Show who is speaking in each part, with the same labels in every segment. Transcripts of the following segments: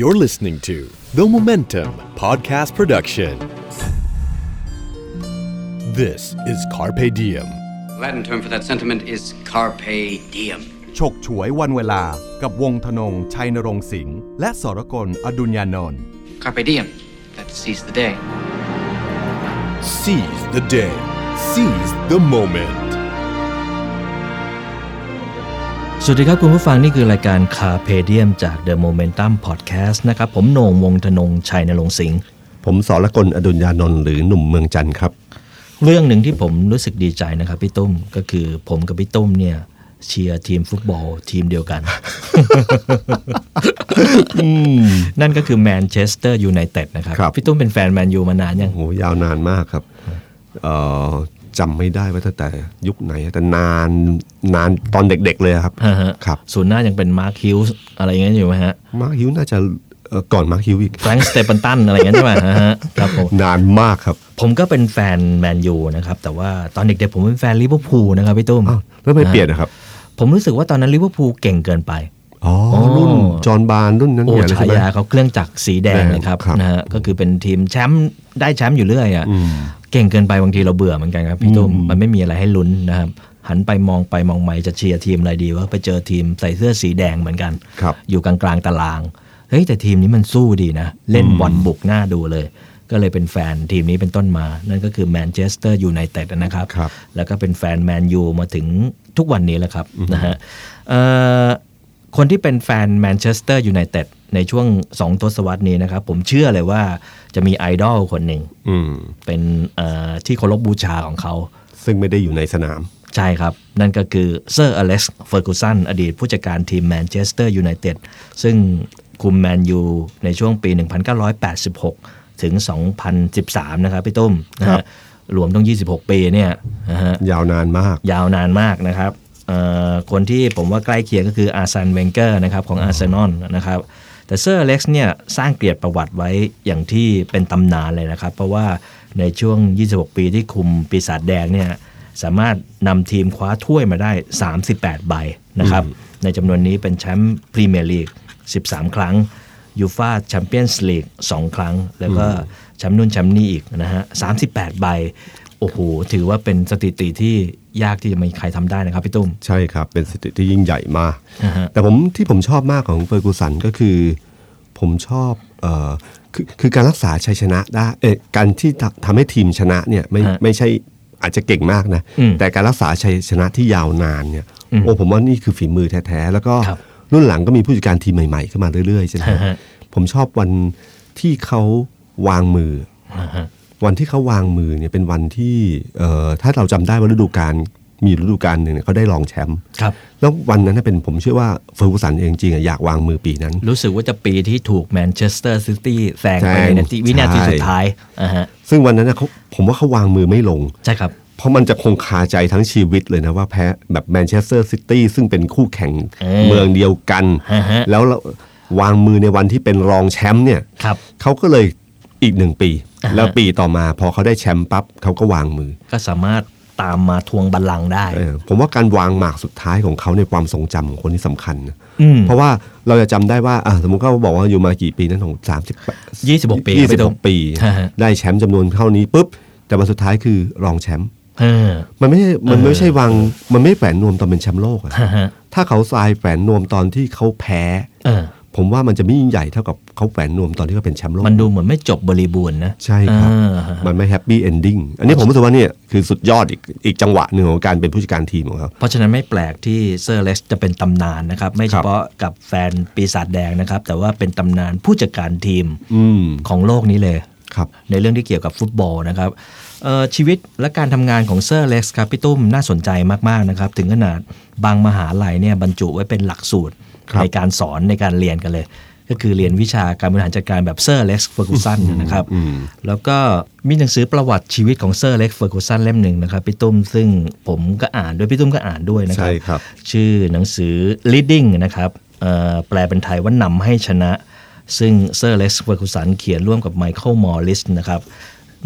Speaker 1: You're listening to The Momentum Podcast Production. This is Carpe Diem.
Speaker 2: Latin term for that sentiment is carpe diem.
Speaker 3: ฉกฉวยวันเวลากับวงธนง ชัยนรงค์สิงห์และสรกลอดุญญานนท์
Speaker 2: Carpe diem. That seize the day.
Speaker 1: Seize the day. Seize the moment.
Speaker 4: สวัสดีครับคุณผู้ฟังนี่คือรายการคาเพเดียมจาก The Momentum Podcast นะครับผมโหน่งวงธนงชัยนรงค์สิงห์
Speaker 5: ผมสรกลอดุญญานนท์หรือหนุ่มเมืองจันทร์ครับ
Speaker 4: เรื่องหนึ่งที่ผมรู้สึกดีใจนะครับพี่ตุ้มก็คือผมกับพี่ตุ้มเนี่ยเชียร์ทีมฟุตบอลทีมเดียวกัน นั่นก็คือแมนเชสเตอร์ยูไนเต็ดนะครับ
Speaker 5: ครับ
Speaker 4: พี่ตุ้มเป็นแฟนแมนยูมานานยัง
Speaker 5: โหยาวนานมากครับเอ่อจำไม่ได้ว่าตั้งแต่ยุคไหนแต่นานนานตอนเด็กๆเลยครับ
Speaker 4: ฮะฮะ
Speaker 5: ครับ
Speaker 4: ศูนย์หน้ายังเป็นมาร์คฮิวส์อะไรอย่างเงี้ยอยู่ไหมฮะ
Speaker 5: มาร์คฮิวน่าจะเอ่อก่อนมาร์คฮิวอีก
Speaker 4: แฟรงค์สเตปันตันอะไรอย่างเงี้ยใช่ไหมฮะฮะครับผม
Speaker 5: นานมากครับ
Speaker 4: ผมก็เป็นแฟนแมนยูนะครับแต่ว่าตอนเด็กๆผมเป็นแฟนลิเวอร์พูลนะครับพี่ตุ้ม
Speaker 5: อ้าวแล้วไม่
Speaker 4: ะฮะ
Speaker 5: เปลี่ยนนะครับ
Speaker 4: ผมรู้สึกว่าตอนนั้นลิเวอร์พูลเก่งเกินไป
Speaker 5: อ๋อ
Speaker 4: อ๋อ
Speaker 5: รุ่นจอห์นบาร์นรุ่นนั้น
Speaker 4: โอ้
Speaker 5: เนี่ยเลย
Speaker 4: ฉา
Speaker 5: ใช่ไหม
Speaker 4: ยาเขาเครื่องจักรสีแดง
Speaker 5: แดง
Speaker 4: นะครับ
Speaker 5: ครับ
Speaker 4: นะฮะก็คือเป็นทีมแชมป์ได้แชมป์อยู่เรื่อยอ่ะเก่งเกินไปบางทีเราเบื่อเหมือนกันครับพี่ตุ้มมันไม่มีอะไรให้ลุ้นนะครับหันไปมองไปมองไปจะเชียร์ทีมอะไรดีว่าไปเจอทีมใส่เสื้อสีแดงเหมือนกัน
Speaker 5: ครับ
Speaker 4: อยู่กลางกลางๆตาราง เฮ้ย แต่ทีมนี้มันสู้ดีนะ เล่นบอลบุกหน้าดูเลย ก็เลยเป็นแฟนทีมนี้เป็นต้นมา นั่นก็คือแมนเชสเตอร์ยูไนเต็ดนะครับ
Speaker 5: ครับ
Speaker 4: แล้วก็เป็นแฟนแมนยูมาถึงทุกวันนี้แหละครับนะฮะเอ่อคนที่เป็นแฟนแมนเชสเตอร์ยูไนเต็ดในช่วง 2 ทศวรรษนี้นะครับ ผมเชื่อเลยว่าจะมีไอดอลคนหนึ่ง
Speaker 5: อืม
Speaker 4: เป็นเอ่อที่เคารพบูชาของเขา
Speaker 5: ซึ่งไม่ได้อยู่ในสนาม
Speaker 4: ใช่ครับ นั่นก็คือเซอร์อเล็กซ์เฟอร์กูสันอดีตผู้จัดการทีมแมนเชสเตอร์ยูไนเต็ดซึ่งคุมแมนยูในช่วงปี 1986 ถึง 2013 นะครับพี่ตุ้มนะ
Speaker 5: ครั
Speaker 4: ฮะ
Speaker 5: บ
Speaker 4: รวมต้อง 26 ปีเนี่ยนะฮะ
Speaker 5: ยาวนานมาก
Speaker 4: ยาวนานมากนะครับเอ่อคนที่ผมว่าใกล้เคียงก็คืออาร์เซนเวงเกอร์นะครับของอาร์เซนอลนะครับแต่เซอร์อเล็กซ์เนี่ยสร้างเกียรติประวัติไว้อย่างที่เป็นตำนานเลยนะครับ เพราะว่าในช่วง 26 ปีที่คุมปีศาจแดงเนี่ย สามารถนำทีมคว้าถ้วยมาได้ 38 ใบนะครับ ในจำนวนนี้เป็นแชมป์พรีเมียร์ลีก 13 ครั้งยูฟาแชมเปี้ยนส์ลีก 2 ครั้ง แล้วก็แชมป์นู่นแชมป์นี่อีกนะฮะ 38 ใบ โอ้โห ถือว่าเป็นสถิติที่ยากที่จะมีใครทำได้นะครับพี่ตุ้ม
Speaker 5: ใช่ครับ เป็นสถิติที่ยิ่งใหญ่มาก
Speaker 4: อ่าฮะ
Speaker 5: แต่ผมที่ผมชอบมากของเฟอร์กูสันก็คือ ผมชอบเออคือคือการรักษาชัยชนะได้เออการที่ทำทำให้ทีมชนะเนี่ยไม่
Speaker 4: ฮะ
Speaker 5: ไม่ใช่อาจจะเก่งมากนะ
Speaker 4: อืม
Speaker 5: แต่การรักษาชัยชนะที่ยาวนานเนี่ยโอ้ผมว่านี่คือฝีมือแท้ๆ แล้วก็
Speaker 4: ครับ
Speaker 5: รุ่นหลังก็มีผู้จัดการทีมใหม่ๆเข้ามาเรื่อยๆใช่ไหมฮะ
Speaker 4: อ่าฮะ
Speaker 5: ผมชอบวันที่เขาวางมือ
Speaker 4: อ่าฮะ
Speaker 5: วันที่เขาวางมือเนี่ยเป็นวันที่เอ่อถ้าเราจำได้ว่าฤดูกาลมีฤดูกาลหนึ่งเนี่ยเขาได้รองแชมป์
Speaker 4: ครับ
Speaker 5: แล้ววันนั้นนะเป็นผมเชื่อว่าเฟอร์กูสันเองจริงๆอะอยากวางมือปีนั้น
Speaker 4: รู้สึกว่าจะปีที่ถูกแมนเชสเตอร์ซิตี้แซงไปในนาที
Speaker 5: แซง
Speaker 4: วินาที
Speaker 5: ใช่
Speaker 4: สุดท้ายอ่าฮะ
Speaker 5: ซึ่งวันนั้นนะเขาผมว่าเขาวางมือไม่ลง
Speaker 4: ใช่ครับ
Speaker 5: เพราะมันจะคงคาใจทั้งชีวิตเลยนะว่าแพ้แบบแมนเชสเตอร์ซิตี้ซึ่งเป็นคู่แข่ง
Speaker 4: เออ
Speaker 5: เมืองเดียวกัน
Speaker 4: ฮะฮะ
Speaker 5: แล้วเราวางมือในวันที่เป็นรองแชมป์เนี่ย
Speaker 4: ครับ
Speaker 5: เขาก็เลยอีกหนึ่งปี
Speaker 4: อ่าฮะ
Speaker 5: แล้วปีต่อมาพอเขาได้แชมป์ปั๊บเขาก็วางมือ
Speaker 4: ก็สามารถตามมาทวงบัลลังก์ได้
Speaker 5: เออผมว่าการวางหมากสุดท้ายของเขาในความทรงจำของคนที่สำคัญนะ
Speaker 4: อืม
Speaker 5: เพราะว่าเราจะจำได้ว่าอ่ะสมมติเขาบอกว่าอยู่มากี่ปีนั้นของสามสิบ
Speaker 4: 26ปี
Speaker 5: ยี่
Speaker 4: ไม่
Speaker 5: สิบ
Speaker 4: ตร
Speaker 5: ห
Speaker 4: ง
Speaker 5: กปี
Speaker 4: ฮะฮะ
Speaker 5: ได้แชมป์จำนวนเท่านี้ปุ๊บ แต่วันสุดท้ายคือรองแชมป์
Speaker 4: เออ
Speaker 5: มันไม่ใช่มันไม่ใช่วางมันไม่แฝนนวมตอนเป็นแชมป์โลก อะ
Speaker 4: ฮะฮะ
Speaker 5: ถ้าเขาทรายแฝนนวมตอนที่เขาแพ้
Speaker 4: เออ
Speaker 5: ผมว่ามันจะไม่ยิ่งใหญ่เท่ากับเขาแฝนนวมตอนที่เขาเป็นแชมป์โลก
Speaker 4: มันดูเหมือนไม่จบบริบูรณ์นะ
Speaker 5: ใช่ครับ
Speaker 4: อ่าฮะ
Speaker 5: มันไม่แฮปปี้เอนดิ้งอันนี้ผมรู้สึกว่าเนี่ยคือสุดยอดอีกอีกจังหวะหนึ่งของการเป็นผู้จัดการทีมของเขา
Speaker 4: เพราะฉะนั้นไม่แปลกที่เซอร์เล็กซ์จะเป็นตำนานนะครับ ไม่เฉพาะกับแฟนปีศาจแดงนะครับ แต่ว่าเป็นตำนานผู้จัดการทีม
Speaker 5: อืม
Speaker 4: ของโลกนี้เลย
Speaker 5: ครับ
Speaker 4: ในเรื่องที่เกี่ยวกับฟุตบอลนะครับเอ่อชีวิตและการทำงานของเซอร์เล็กซ์ครับพี่ตุ้มน่าสนใจมาก ๆ นะครับ ถึงขนาดบางมหาลัยเนี่ยบรรจุไว้เป็นหลักสูตร
Speaker 5: ครับ
Speaker 4: ในการสอนในการเรียนกันเลย ก็คือเรียนวิชาการบริหารจัดการแบบเซอร์เล็กซ์เฟอร์กูสันนะครับ แล้วก็มีหนังสือประวัติชีวิตของเซอร์เล็กซ์เฟอร์กูสันเล่มหนึ่งนะครับพี่ตุ้มซึ่งผมก็อ่านด้วยพี่ตุ้มก็อ่านด้วยนะครั
Speaker 5: ใช่ครับ
Speaker 4: ชื่อหนังสือ leading นะครับเอ่อแปลเป็นไทยว่านำให้ชนะ ซึ่งเซอร์เลสเวอร์คุสันเขียนร่วมกับไมเคิลมอริสนะครับ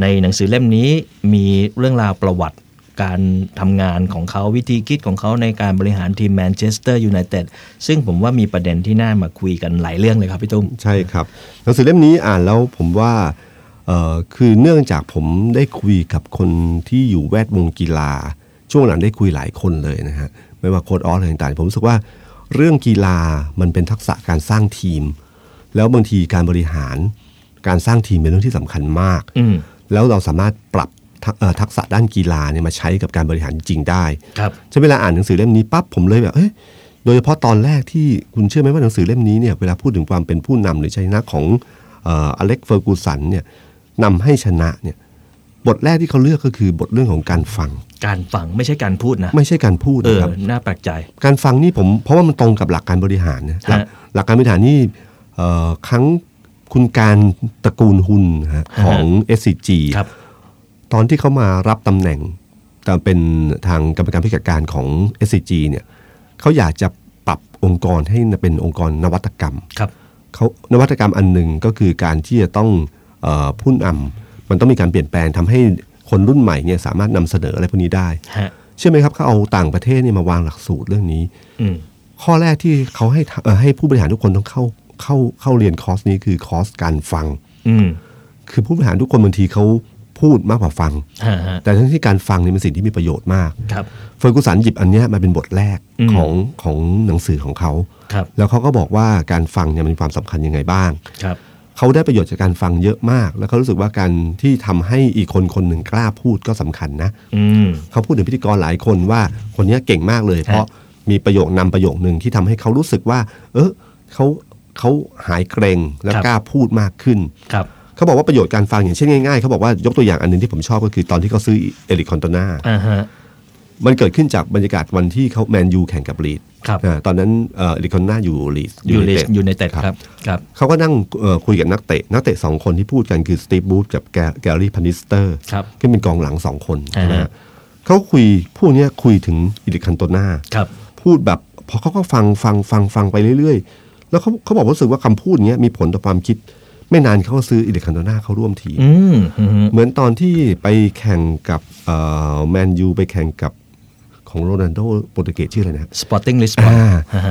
Speaker 4: ในหนังสือเล่มนี้มีเรื่องราวประวัติ การทำงานของเขาวิธีคิดของเขาในการบริหารทีมแมนเชสเตอร์ยูไนเต็ดซึ่งผมว่ามีประเด็นที่น่ามาคุยกันหลายเรื่องเลยครับพี่ตุ้ม
Speaker 5: ใช่ครับหนังสือเล่มนี้อ่านแล้วผมว่าเอ่อคือเนื่องจากผมได้คุยกับคนที่อยู่แวดวงกีฬา ช่วงหลังได้คุยหลายคนเลยนะฮะไม่ว่าโค้ดออสอะไรต่างๆ ผมรู้สึกว่าเรื่องกีฬามันเป็นทักษะการสร้างทีม แล้วบางทีการบริหารการสร้างทีมเป็นเรื่องที่สำคัญมาก
Speaker 4: อืม
Speaker 5: แล้วเราสามารถปรับทักเอ่อทักษะด้านกีฬาเนี่ยมาใช้กับการบริหารจริงได้
Speaker 4: ครับ
Speaker 5: ใช่เวลาอ่านหนังสือเล่มนี้ปั๊บผมเลยแบบเอ้ยโดยเฉพาะตอนแรกที่คุณเชื่อไหมว่าหนังสือเล่มนี้เนี่ยเวลาพูดถึงความเป็นผู้นำหรือชัยชนะของเอ่ออเล็กเฟอร์กูสันเนี่ยนำให้ชนะเนี่ยบทแรกที่เขาเลือกก็คือบทเรื่องของการฟัง
Speaker 4: การฟังไม่ใช่การพูดนะ
Speaker 5: ไม่ใช่การพูด
Speaker 4: เออ
Speaker 5: นะครับ
Speaker 4: น่าแปลกใจ
Speaker 5: การฟังนี่ผมเพราะว่ามันตรงกับหลักการบริหารนะหลัก
Speaker 4: ฮะ
Speaker 5: หลักการบริหารนี่เอ่อครั้งคุณการตระกูลหุนนะฮะของ SCG
Speaker 4: ครับ
Speaker 5: ตอนที่เขามารับตำแหน่งแต่เป็นทางกรรมการผู้จัดการของ SCG เนี่ยเขาอยากจะปรับองค์กรให้เป็นองค์กรนวัตกรรม
Speaker 4: ครับ
Speaker 5: เขานวัตกรรมอันหนึ่งก็คือการที่จะต้องเออผู้นำมันต้องมีการเปลี่ยนแปลงทำให้คนรุ่นใหม่เนี่ยสามารถนำเสนออะไรพวกนี้ได้
Speaker 4: ฮะ
Speaker 5: เชื่อไหมครับเขาเอาต่างประเทศเนี่ยมาวางหลักสูตรเรื่องนี้
Speaker 4: อืม
Speaker 5: ข้อแรกที่เขาให้ทำเอ่อให้ผู้บริหารทุกคนต้องเข้าเข้าเข้าเรียนคอร์สนี้คือคอร์สการฟัง
Speaker 4: อืม
Speaker 5: คือผู้บริหารทุกคนบางทีเขาพูดมากกว่าฟัง
Speaker 4: ฮะฮะ
Speaker 5: แต่ทั้งที่การฟังเนี่ยเป็นสิ่งที่มีประโยชน์มาก
Speaker 4: ครับ
Speaker 5: เฟอร์กูสันหยิบอันเนี้ยมาเป็นบทแรก
Speaker 4: อืม
Speaker 5: ของของหนังสือของเขา
Speaker 4: ครับ
Speaker 5: แล้วเขาก็บอกว่าการฟังเนี่ยมันมีความสำคัญยังไงบ้าง
Speaker 4: ครับ
Speaker 5: เขาได้ประโยชน์จากการฟังเยอะมาก แล้วเขารู้สึกว่าการที่ทำให้อีกคนคนหนึ่งกล้าพูดก็สำคัญนะ
Speaker 4: อืม
Speaker 5: เขาพูดถึงพิธีกรหลายคนว่าคนเนี้ยเก่งมากเลย เพราะมีประโยคนำประโยคหนึ่งที่ทำให้เขารู้สึกว่า เออเขาเขาหายเกรงและ
Speaker 4: ครับ
Speaker 5: กล้าพูดมากขึ้น
Speaker 4: ครับ
Speaker 5: เขาบอกว่าประโยชน์การฟังอย่างเช่นง่ายๆเขาบอกว่ายกตัวอย่างอันหนึงที่ผมชอบก็คือตอนที่เขาซื้อเอริคคอนโตนา
Speaker 4: อ่าฮะ
Speaker 5: มันเกิดขึ้นจากบรรยากาศวันที่เขาแมนยูแข่งกับลีด
Speaker 4: ครับ
Speaker 5: อ่าตอนนั้นเอ่อเอริคคอนโตนาอยู่ลีด
Speaker 4: ยูเลสยูไนเต็ดครับ ครับ
Speaker 5: เขาก็นั่งเอ่อคุยกับนักเตะ นักเตะสองคนที่พูดกันคือสตีฟบูธกับแกแกลลี่พันนิสเตอร์
Speaker 4: ครับ
Speaker 5: ที่เป็นกองหลังสองคน
Speaker 4: อ่าฮะ
Speaker 5: ใช่ไหมฮะเขาคุยพวกเนี้ยคุยถึงอิริคันโตนา
Speaker 4: ครับ
Speaker 5: พูดแบบพอเขาก็ฟังฟังฟังฟังไปเรื่อยๆ แล้วเขาเขาบอกว่ารู้สึกว่าคำพูดเนี้ยมีผลต่อความคิด ไม่นานเขาก็ซื้ออิริคันโตนาเข้าร่วมทีม
Speaker 4: อืมอืม
Speaker 5: เหมือนตอนที่ไปแข่งกับแมนยูไปแข่งกับของโรนัลโดโปรตุเกสชื่ออะไรนะฮะ
Speaker 4: สปอร์ติ้งลิสบอ
Speaker 5: อ่า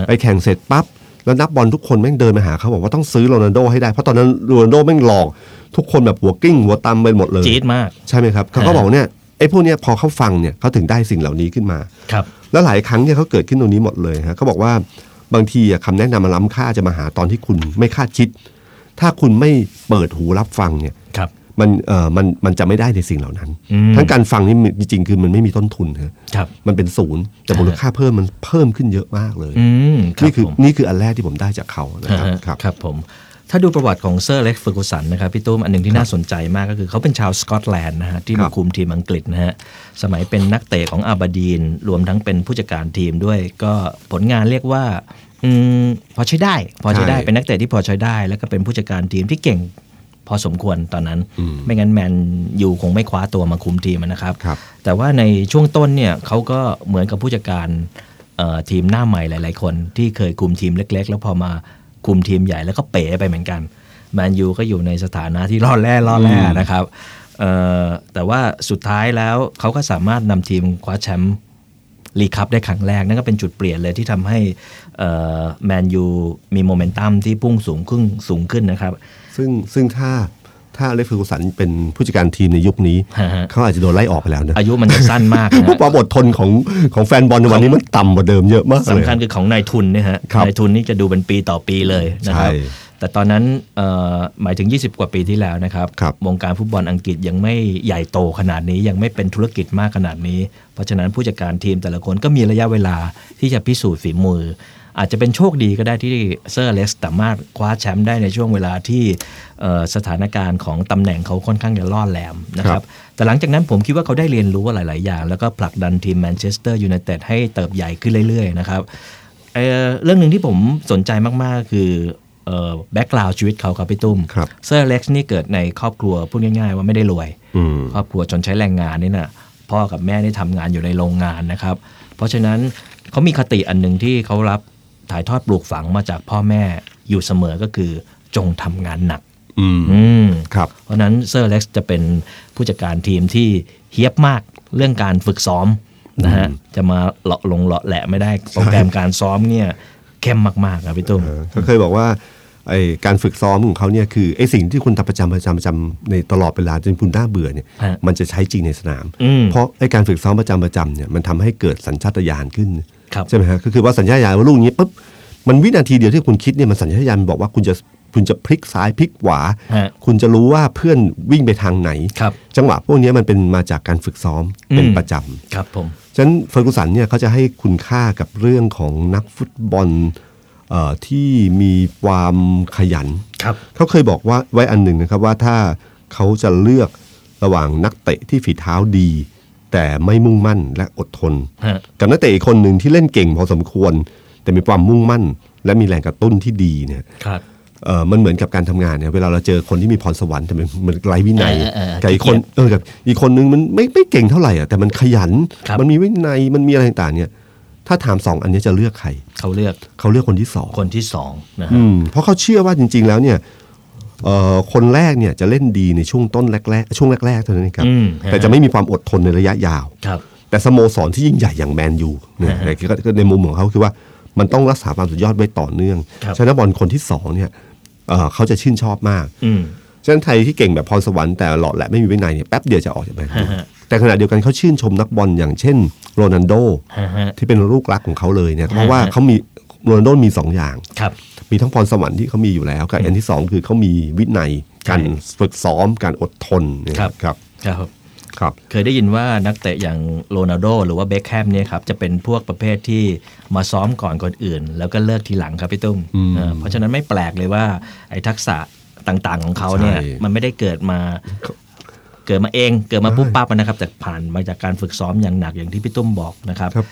Speaker 5: น ไปแข่งเสร็จปั๊บ แล้วนักบอลทุกคนแม่งเดินมาหาเขาบอกว่าต้องซื้อโรนัลโดให้ได้ เพราะตอนนั้นโรนัลโดแม่งหลอกทุกคนแบบหัวกิ้ง หัวตำไปหมดเลย
Speaker 4: จี๊ดมาก
Speaker 5: ใช่ไหมครับเขาก็
Speaker 4: อ่า
Speaker 5: บอกเนี่ยไอ้พวกเนี้ยพอเขาฟังเนี่ยเขาถึงได้สิ่งเหล่านี้ขึ้นมา
Speaker 4: ครับ
Speaker 5: แล้วหลายครั้งเนี่ยเขาเกิดขึ้นตรงนี้หมดเลยฮะเขาบอกว่าบางทีอะคำแนะนำมันล้ำค่าจะมาหาตอนที่คุณไม่คาดคิด ถ้าคุณไม่เปิดหูรับฟังเนี่ย
Speaker 4: ครับ
Speaker 5: มันเอ่อมันมันจะไม่ได้ในสิ่งเหล่านั้น
Speaker 4: อืม
Speaker 5: ทั้งการฟังนี่มันจริงๆ คือมันไม่มีต้นทุนฮะ
Speaker 4: ครับ
Speaker 5: มันเป็นศูนย์แต่มูลค่าเพิ่มมันเพิ่มขึ้นเยอะมากเลย
Speaker 4: อืมรับ
Speaker 5: นี่คือ
Speaker 4: ผม
Speaker 5: นี่คืออันแรกที่ผมได้จากเขานะครับ
Speaker 4: อ่าฮะ
Speaker 5: ครับ
Speaker 4: ครับผมถ้าดูประวัติของเซอร์เล็กเฟอร์กูสันนะครับพี่ตุ้มอันหนึ่งที่น่าสนใจมากก็คือเขาเป็นชาวสกอตแลนด์นะฮะที่
Speaker 5: ครั
Speaker 4: มา
Speaker 5: บ
Speaker 4: คุมทีมอังกฤษนะฮะสมัยเป็นนักเตะของอาบาดีน รวมทั้งเป็นผู้จัดการทีมด้วย ก็ผลงานเรียกว่าอืมพอใช้ได้ พอใช้ได้
Speaker 5: ใช่
Speaker 4: เป็นนักเตะที่พอใช้ได้ แล้วก็เป็นผู้จัดการทีมที่เก่งพอสมควรตอนนั้น ไม่งั้นแมนยูคงไม่คว้าตัวมาคุมทีมนะครับ
Speaker 5: ครับ
Speaker 4: แต่ว่าในช่วงต้นเนี่ยเขาก็เหมือนกับผู้จัดการเอ่อทีมหน้าใหม่หลาย ๆ คนที่เคยคุมทีมเล็ก ๆ แล้วพอมาคุมทีมใหญ่แล้วก็เป๋ไปเหมือนกันแมนยูก็อยู่ในสถานะที่ล่อแร่ล่อแร่นะครับเอ่อแต่ว่าสุดท้ายแล้วเขาก็สามารถนำทีมคว้าแชมป์ลีกคัพได้ครั้งแรก นั่นก็เป็นจุดเปลี่ยนเลยที่ทำให้แมนยูมีโมเมนตัมที่พุ่งสูงขึ้นสูงขึ้นนะครับ
Speaker 5: ซึ่งซึ่งถ้าถ้าเลฟเฟอร์กูสันเป็นผู้จัดการทีมในยุคนี้
Speaker 4: ฮะฮะ
Speaker 5: เขาอาจจะโดนไล่ออกไปแล้วนะ
Speaker 4: อายุมันจะสั้นมากนะ
Speaker 5: เพ
Speaker 4: ฮะ
Speaker 5: ราะความอดทนของของแฟนบอลในวันนี้มันต่ำกว่าเดิมเยอะมากเลย
Speaker 4: สำคัญคือของนายทุนเนี่ยฮะ
Speaker 5: ครับ
Speaker 4: นายทุนนี่จะดูเป็นปีต่อปีเลยนะครับ
Speaker 5: ใช่
Speaker 4: แต่ตอนนั้นเอ่อหมายถึง 20 กว่าปีที่แล้วนะครับ
Speaker 5: ครับ
Speaker 4: วงการฟุตบอลอังกฤษยังไม่ใหญ่โตขนาดนี้ยังไม่เป็นธุรกิจมากขนาดนี้ เพราะฉะนั้นผู้จัดการทีมแต่ละคนก็มีระยะเวลาที่จะพิสูจน์ฝีมือ อาจจะเป็นโชคดีก็ได้ที่เซอร์เล็กสามารถคว้าแชมป์ได้ในช่วงเวลาที่เอ่อสถานการณ์ของตำแหน่งเขาค่อนข้างจะล่อแหลมนะค
Speaker 5: ครั
Speaker 4: รับ
Speaker 5: บ
Speaker 4: แต่หลังจากนั้นผมคิดว่าเขาได้เรียนรู้หลาย ๆ อย่าง แล้วก็ผลักดันทีมแมนเชสเตอร์ยูไนเต็ดให้เติบใหญ่ขึ้นเรื่อย ๆ นะครับเอ่อเรื่องหนึ่งที่ผมสนใจมาก ๆ คือแบ็กกราวชีวิตเขาครับพี่ตุ้ม
Speaker 5: ครับ
Speaker 4: เซอร์เล็กซ์นี่เกิดในครอบครัวพูดง่าย ๆ ว่าไม่ได้รวย
Speaker 5: อืม
Speaker 4: ครอบครัวจนใช้แรงงานนี่นะพ่อกับแม่ได้ทำงานอยู่ในโรงงานนะครับ เพราะฉะนั้นเขามีคติอันหนึ่งที่เขารับถ่ายทอดปลูกฝังมาจากพ่อแม่อยู่เสมอก็คือจงทำงานหนัก
Speaker 5: อืม
Speaker 4: อืม
Speaker 5: ครับ
Speaker 4: เพราะฉะนั้นเซอร์เล็กซ์จะเป็นผู้จัดการทีมที่เฮี้ยบมาก เรื่องการฝึกซ้อมนะฮะจะมาเลาะลงเลาะแหละไม่ได้โปรแกรมการซ้อมเนี่ยเข้มมากๆครับพี่ตุ้ม
Speaker 5: เขาเคยบอกว่าไอ้การฝึกซ้อมของเขาเนี่ยคือไอ้สิ่งที่คุณทำประจำประจำประจำในตลอดเวลาจนคุณน่าเบื่อเนี่ย
Speaker 4: ฮะ
Speaker 5: มันจะใช้จริงในสนาม
Speaker 4: อืม
Speaker 5: เพราะไอ้การฝึกซ้อมประจำประจำเนี่ยมันทำให้เกิดสัญชาตญาณขึ้น
Speaker 4: ครับ
Speaker 5: ใช่ไหมฮะก็คือว่าสัญชาตญาณว่าลูกนี้ปุ๊บมันวินาทีเดียวที่คุณคิดเนี่ยมันสัญชาตญาณบอกว่าคุณจะคุณจะพลิกซ้ายพลิกขวา
Speaker 4: ฮะ
Speaker 5: คุณจะรู้ว่าเพื่อนวิ่งไปทางไหน
Speaker 4: ครับ
Speaker 5: จังหวะพวกเนี้ยมันเป็นมาจากการฝึกซ้อมเป็น
Speaker 4: อืม
Speaker 5: ประจำ
Speaker 4: ครับผม
Speaker 5: ฉะนั้นเฟอร์กูสันเนี่ยเขาจะให้คุณค่ากับเรื่องของนักฟุตบอลเอ่อที่มีความขยัน
Speaker 4: ครับ
Speaker 5: เขาเคยบอกว่าไว้อันหนึ่งนะครับว่าถ้าเขาจะเลือกระหว่างนักเตะที่ฝีเท้าดี แต่ไม่มุ่งมั่นและอดทน
Speaker 4: ฮะ
Speaker 5: กับนักเตะอีกคนหนึ่งที่เล่นเก่งพอสมควร แต่มีความมุ่งมั่น และมีแรงกระตุ้นที่ดีเนี่ย
Speaker 4: ครับ
Speaker 5: เออมันเหมือนกับการทำงานเนี่ยเวลาเราเจอคนที่มีพรสวรรค์แต่มันมันไร้วินัย
Speaker 4: เออเออเออ
Speaker 5: กับอีกคนเออกับอีกคนนึงมันไม่ไม่เก่งเท่าไหร่อ่ะแต่มันขยัน
Speaker 4: ครับ
Speaker 5: มันมีวินัยมันมีอะไรต่างๆเนี่ย ถ้าถามสองอันเนี้ยจะเลือกใคร
Speaker 4: เขาเลือก
Speaker 5: เขาเลือกคนที่สอง
Speaker 4: คนที่สองนะฮะ
Speaker 5: อืมเพราะเขาเชื่อว่าจริง ๆ แล้วเนี่ยเอ่อคนแรกเนี่ยจะเล่นดีในช่วงต้นแรกๆช่วงแรกๆเท่านั้นเองครับ
Speaker 4: อืมฮะ
Speaker 5: แต่จะไม่มีความอดทนในระยะยาว
Speaker 4: ครับ
Speaker 5: แต่สโมสรที่ยิ่งใหญ่อย่างแมนยูเนี่ยในในมุมของเขาคือว่ามันต้องรักษาความสุดยอดไว้ต่อเนื่อง
Speaker 4: ครับ
Speaker 5: ฉะนั้นบอลคนที่สองเนี่ยเอ่อเขาจะชื่นชอบมาก
Speaker 4: อืม
Speaker 5: ฉะนั้นไทยที่เก่งแบบพรสวรรค์แต่หลอดแหละไม่มีวินัยเนี่ยแป๊บเดียวจะออกจากแมนยู
Speaker 4: ฮะฮะ
Speaker 5: แต่ขณะเดียวกันเขาชื่นชมนักบอลอย่างเช่นโรนัลโด
Speaker 4: ฮะฮะ
Speaker 5: ที่เป็นลูกรักของเขาเลยเนี่ยเพราะว่า
Speaker 4: ฮะฮะ
Speaker 5: เขามีโรนัลโดมีสองอย่าง
Speaker 4: ครับ
Speaker 5: มีทั้งพรสวรรค์ที่เขามีอยู่แล้วกับอันที่สองคือเขามีวินัยการ
Speaker 4: ใช่
Speaker 5: ฝึกซ้อมการอดทนเนี่ย
Speaker 4: ครับ
Speaker 5: ครับ
Speaker 4: ครับ
Speaker 5: ครับ
Speaker 4: เคยได้ยินว่านักเตะอย่างโรนัลโดหรือว่าเบคแฮมเนี่ยครับจะเป็นพวกประเภทที่มาซ้อมก่อนคนอื่น แล้วก็เลิกทีหลังครับพี่ตุ้มเออเพราะฉะนั้นไม่แปลกเลยว่าไอ้ทักษะต่างๆของเขาเนี่ย
Speaker 5: ใช่
Speaker 4: มันไม่ได้เกิดมาเกิดมาเอง เกิดมาปุ๊บปั๊บนะครับ แต่ผ่านมาจากการฝึกซ้อมอย่างหนักอย่างที่พี่ตุ้มบอกนะครับ
Speaker 5: ครับ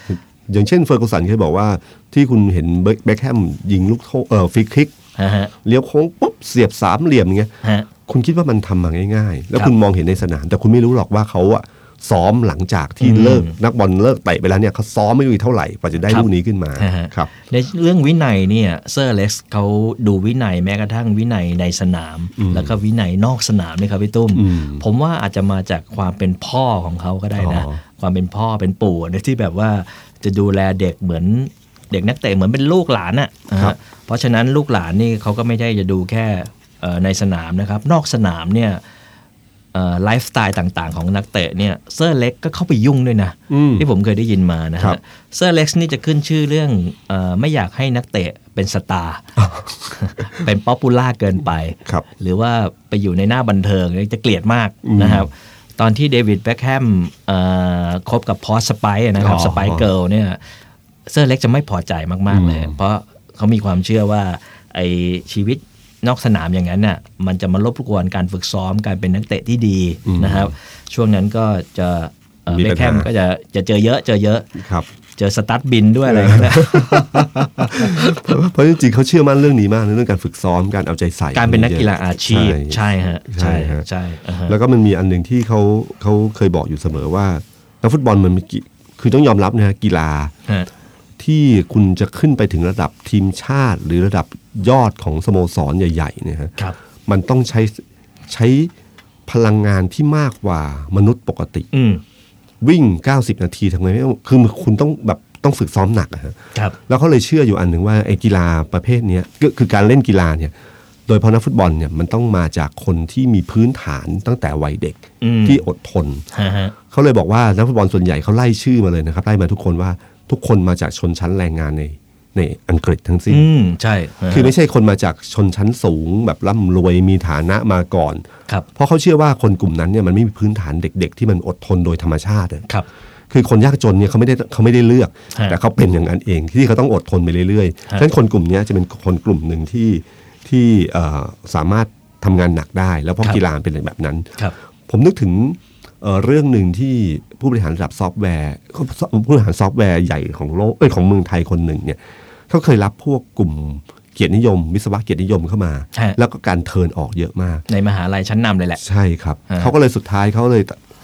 Speaker 5: อย่างเช่นเฟอร์กูสันเคยบอกว่าที่คุณเห็นเบคเบคแฮมยิงลูกโทษเอ่อฟรีคิก
Speaker 4: ฮะฮะ
Speaker 5: เลี้ยวโค้งปุ๊บเสียบสามเหลี่ยมอย่างเงี้ย
Speaker 4: ฮะ
Speaker 5: คุณคิดว่ามันทำมาง่าย ๆ แล้ว
Speaker 4: ครับ
Speaker 5: คุณมองเห็นในสนาม แต่คุณไม่รู้หรอกว่าเขาอะซ้อมหลังจากที่เลิกนักบอลเลิกเตะไปแล้วเนี่ยเขาซ้อมไม่รู้อีกเท่าไหร่กว่าจะได้
Speaker 4: ครับ
Speaker 5: ลูกนี้ขึ้นมา
Speaker 4: ฮะฮะ
Speaker 5: ครับ
Speaker 4: ในเรื่องวินัยเนี่ยเซอร์เล็กซ์เขาดูวินัยแม้กระทั่งวินัยในสนาม แล้วก็วินัยนอกสนามเลยครับพี่ตุ้ม ผมว่าอาจจะมาจากความเป็นพ่อของเขาก็ได้นะ
Speaker 5: อ๋อ
Speaker 4: ความเป็นพ่อเป็นปู่เนี่ยที่แบบว่าจะดูแลเด็กเหมือนเด็กนักเตะเหมือนเป็นลูกหลานอะนะฮะเพราะฉะนั้นลูกหลานนี่เขาก็ไม่ได้จะดูแค่เอ่อในสนามนะครับ นอกสนามเนี่ยไลฟ์สไตล์ต่างๆ ของนักเตะเนี่ยเซอร์เล็กก็เข้าไปยุ่งด้วยนะ
Speaker 5: อืม
Speaker 4: ที่ผมเคยได้ยินมานะ
Speaker 5: ครั
Speaker 4: ฮะ
Speaker 5: บ
Speaker 4: เซอร์เล็กซ์นี่จะขึ้นชื่อเรื่องเออไม่อยากให้นักเตะเป็นสตา ร์ เป็นป๊อปปูล่าเกินไป
Speaker 5: ครับ
Speaker 4: หรือว่าไปอยู่ในหน้าบันเทิงเนี่ยจะเกลียดมากนะครับ ตอนที่เดวิดแบ็คแฮมเอ่อคบกับพอสไปนะครับ
Speaker 5: อ๋อ
Speaker 4: สไปเกิลเนี่ยเซอร์เล็กจะไม่พอใจมาก ๆ เลย เพราะเขามีความเชื่อว่าไอชีวิตนอกสนามอย่างนั้นน่ะมันจะมารบกวนการฝึกซ้อมการเป็นนักเตะที่ดีนะครับ ช่วงนั้นก็จะ
Speaker 5: มี
Speaker 4: เบ
Speaker 5: ปั
Speaker 4: ค
Speaker 5: ญ
Speaker 4: แฮ
Speaker 5: หา
Speaker 4: มก็จะจะเจอเยอะเจอเยอะ
Speaker 5: ครับ
Speaker 4: เจอสตาร์ทบินด้วยอะไรอย่างเงี้ยนะ
Speaker 5: เพราะจริงๆเขาเชื่อมั่นเรื่องนี้มากนะเรื่องการฝึกซ้อมการเอาใจใส่
Speaker 4: การเป็นนักกีฬาอาชีพ
Speaker 5: ใช่
Speaker 4: ใช่ฮะ
Speaker 5: ใช่
Speaker 4: ใช่
Speaker 5: ฮะ
Speaker 4: ใช่อ่าฮะ
Speaker 5: แล้วก็มันมีอันหนึ่งที่เขาเขาเคยบอกอยู่เสมอว่านักฟุตบอลมันมีกิคือต้องยอมรับนะฮะกีฬา
Speaker 4: ฮะ
Speaker 5: ที่คุณจะขึ้นไปถึงระดับทีมชาติ หรือระดับยอดของสโมสรใหญ่ๆเนี่ยฮะ
Speaker 4: ครับ
Speaker 5: มันต้องใช้ใช้พลังงานที่มากกว่ามนุษย์ปกติ
Speaker 4: อืม
Speaker 5: วิ่ง 90 นาทีทำไมไม่ต้องคือคุณต้องแบบต้องฝึกซ้อมหนักอะฮะ
Speaker 4: ครับ
Speaker 5: แล้วเขาเลยเชื่ออยู่อันหนึ่งว่าไอ้กีฬาประเภทเนี้ยก็คือการเล่นกีฬาเนี่ย โดยเฉพาะนักฟุตบอลเนี่ยมันต้องมาจากคนที่มีพื้นฐานตั้งแต่วัยเด็ก
Speaker 4: อืม
Speaker 5: ที่อดทน
Speaker 4: ฮะฮะ
Speaker 5: เขาเลยบอกว่านักฟุตบอลส่วนใหญ่เขาไล่ชื่อมาเลยนะครับไล่มาทุกคนว่าทุกคนมาจากชนชั้นแรงงานในในอังกฤษทั้งสิ้น
Speaker 4: อืม ใช่ฮะ
Speaker 5: คือไม่ใช่คนมาจากชนชั้นสูง แบบร่ำรวยมีฐานะมาก่อน
Speaker 4: ครับ
Speaker 5: เพราะเขาเชื่อว่าคนกลุ่มนั้นเนี่ยมันไม่มีพื้นฐานเด็ก ๆ ที่มันอดทนโดยธรรมชาติอะ
Speaker 4: ครับ
Speaker 5: คือคนยากจนเนี่ยเขาไม่ได้เขาไม่ได้เลือก
Speaker 4: ฮะ
Speaker 5: แต่เขาเป็นอย่างนั้นเองที่เขาต้องอดทนไปเรื่อยๆ
Speaker 4: ฮะ
Speaker 5: ฉะนั้นคนกลุ่มเนี้ยจะเป็นคนกลุ่มหนึ่งที่ที่เอ่อสามารถทำงานหนักได้ แล้วเพราะ
Speaker 4: ครับ
Speaker 5: กีฬาเป็นแบบนั้น
Speaker 4: ครับ
Speaker 5: ผมนึกถึงเอ่อเรื่องหนึ่งที่ผู้บริหารระดับซอฟต์แวร์ผู้บริหารซอฟต์แวร์ใหญ่ของโลกเอ้ยของเมืองไทยคนหนึ่งเนี่ยเขาเคยรับพวกกลุ่มเกียรตินิยม วิศวะเกียรตินิยมเข้ามา
Speaker 4: ฮะ
Speaker 5: แล้วก็การเทิร์นออกเยอะมาก
Speaker 4: ในมหาลัยชั้นนำเลยแหละ
Speaker 5: ใช่ครับ
Speaker 4: ฮะ
Speaker 5: เขาก็เลยสุดท้ายเขาเลย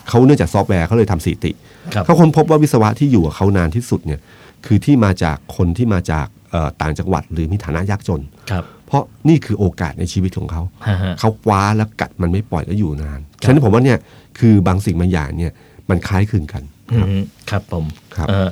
Speaker 5: เขาเนื่องจากซอฟต์แวร์เขาเลยทำสถิติ
Speaker 4: ครับ
Speaker 5: เขาค้นพบว่าวิศวะที่อยู่กับเขานานที่สุดเนี่ยคือที่มาจากคนที่มาจากเอ่อต่างจังหวัดหรือมีฐานะยากจน
Speaker 4: ครับ
Speaker 5: เพราะนี่คือโอกาสในชีวิตของเขา
Speaker 4: ฮะฮะ
Speaker 5: เขาคว้าแล้วกัดมันไม่ปล่อยแล้วอยู่นาน ฉะนั้นผมว่าเนี่ยคือบางสิ่งบางอย่างเนี่ย มันคล้ายคลึงกัน
Speaker 4: อืมครับผม
Speaker 5: ครับ
Speaker 4: เอ่อ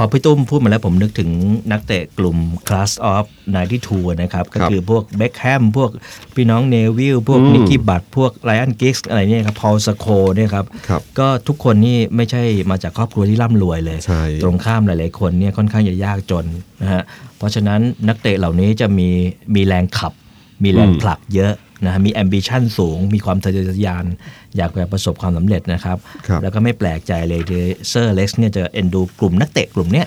Speaker 4: พอพี่ตุ้มพูดมาแล้วผมนึกถึงนักเตะกลุ่ม Class of 92 นะครับ ก็
Speaker 5: ครับ
Speaker 4: คือพวกเบคแฮมพวกพี่น้องเนวิลพวก
Speaker 5: อืม
Speaker 4: นิกกี้บัตพวกไลออนกิกส์อะไรเนี่ยครับพอลสโคเนี่ยครับ
Speaker 5: ครับ
Speaker 4: ก็ทุกคนนี่ไม่ใช่มาจากครอบครัวที่ร่ำรวยเลย
Speaker 5: ใช่
Speaker 4: ตรงข้ามหลายๆคนเนี่ยค่อนข้างจะยากจนนะฮะเพราะฉะนั้นนักเตะเหล่านี้จะมีมีแรงขับ มีแรงผลักเยอะนะฮะมี ambition สูง มีความทะเยอทะยาน อยากไปประสบความสำเร็จนะครับ
Speaker 5: ครับ
Speaker 4: แล้วก็ไม่แปลกใจเลยที่เซอร์เล็กซ์เนี่ยจะเอ็นดูกลุ่มนักเตะกลุ่มเนี้ย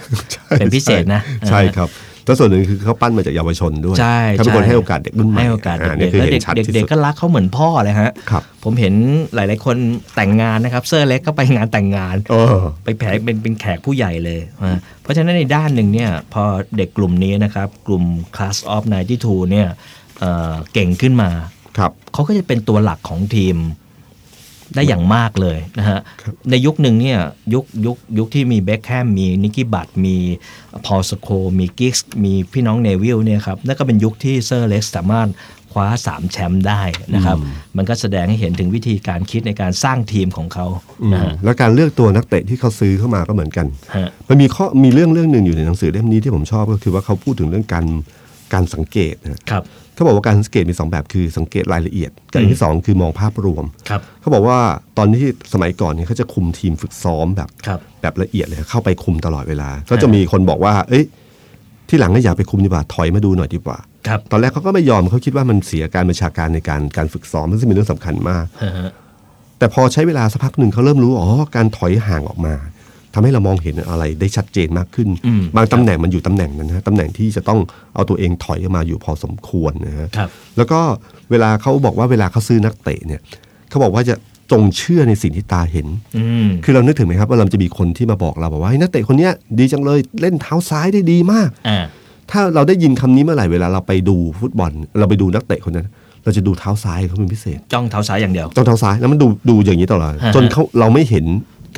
Speaker 4: เป็นพิเศษนะ
Speaker 5: ใช่
Speaker 4: อ่า
Speaker 5: ครับแต่ส่วนหนึ่งคือเขาปั้นมาจากเยาวชนด้วย
Speaker 4: ใช่
Speaker 5: เขาเป็นคน
Speaker 4: ช่
Speaker 5: ให้โอกาสเด็กรุ่นใหม่
Speaker 4: ให้โอกาส
Speaker 5: อ่
Speaker 4: เด็กๆ
Speaker 5: นี่ยคือ
Speaker 4: แล้ว
Speaker 5: เห็
Speaker 4: เด็
Speaker 5: นชัด
Speaker 4: ก
Speaker 5: ที่
Speaker 4: เด็ก
Speaker 5: สุด
Speaker 4: ๆก็รักเขาเหมือนพ่อเลยฮะ
Speaker 5: ครับ
Speaker 4: ผมเห็นหลาย ๆ คนแต่งงานนะครับ เซอร์เล็กก็ไปงานแต่งงาน
Speaker 5: เออ
Speaker 4: ไปแผกเป็นเป็นแขกผู้ใหญ่เลยอ่าเพราะฉะนั้นในด้านหนึ่งเนี่ยพอเด็กกลุ่มนี้นะครับ กลุ่ม Class of 92เนี่ยเอ่อเก่งขึ้นมา
Speaker 5: ครับ
Speaker 4: เขาก็จะเป็นตัวหลักของทีม ได้อย่างมากเลยนะฮะ ในยุคหนึ่งเนี่ยยุคยุคยุคที่มีเบคแฮมมีนิกกี้บัตมีพอลสโคมีกิกส์มีพี่น้องเนวิลเนี่ยครับนั่นก็เป็นยุคที่เซอร์เล็กสามารถคว้า 3 แชมป์ได้นะครับ มันก็แสดงให้เห็นถึงวิธีการคิดในการสร้างทีมของเขานะฮะ
Speaker 5: แล้วการเลือกตัวนักเตะที่เขาซื้อเข้ามาก็เหมือนกัน
Speaker 4: ฮะ
Speaker 5: มันมีข้อมีเรื่องเรื่องหนึ่งอยู่ในหนังสือเล่มนี้ที่ผมชอบก็คือว่าเขาพูดถึงเรื่องการการสังเกตนะครับ เขาบอกว่าการสังเกตมีสองแบบคือสังเกตรายละเอียดกับอันที่สองคือมองภาพรวม
Speaker 4: ครับ
Speaker 5: เขาบอกว่าตอนที่สมัยก่อนเนี่ยเขาจะคุมทีมฝึกซ้อมแบบ
Speaker 4: ครับ
Speaker 5: แบบละเอียดเลยเข้าไปคุมตลอดเวลา ก็จะมีคนบอกว่า เอ้ย ที่หลังก็อย่าไปคุมดีกว่าถอยมาดูหน่อยดีกว่า
Speaker 4: ครับ
Speaker 5: ตอนแรกเขาก็ไม่ยอมเขาคิดว่ามันเสียการบัญชาการในการการฝึกซ้อมซึ่งเป็นเรื่องสำคัญมาก
Speaker 4: ฮะฮะ
Speaker 5: แต่พอใช้เวลาสักพักหนึ่งเขาเริ่มรู้อ๋อการถอยห่างออกมาทำให้เรามองเห็นอะไรได้ชัดเจนมากขึ้น
Speaker 4: อืม
Speaker 5: บางตำแหน่งมันอยู่ตำแหน่งนั้นนะฮะตำแหน่งที่จะต้องเอาตัวเองถอยออกมาอยู่พอสมควรนะฮะ
Speaker 4: ครับ
Speaker 5: แล้วก็เวลาเขาบอกว่าเวลาเขาซื้อนักเตะเนี่ยเขาบอกว่าจะจงเชื่อในสิ่งที่ตาเห็น
Speaker 4: อืม
Speaker 5: คือเรานึกถึงไหมครับว่าเราจะมีคนที่มาบอกเราบอกว่าเฮ้ยนักเตะคนเนี้ยดีจังเลยเล่นเท้าซ้ายได้ดีมาก
Speaker 4: อ่า
Speaker 5: ถ้าเราได้ยินคำนี้เมื่อไหร่เวลาเราไปดูฟุตบอล เราไปดูนักเตะคนนั้น เราจะดูเท้าซ้ายเขาเป็นพิเศษ
Speaker 4: จ้องเท้าซ้ายอย่างเดียว
Speaker 5: ต้องเท้าซ้ายแล้วมันดูดูอย่างนี้ตลอด
Speaker 4: ฮะ
Speaker 5: จนเขาเราไม่เห็น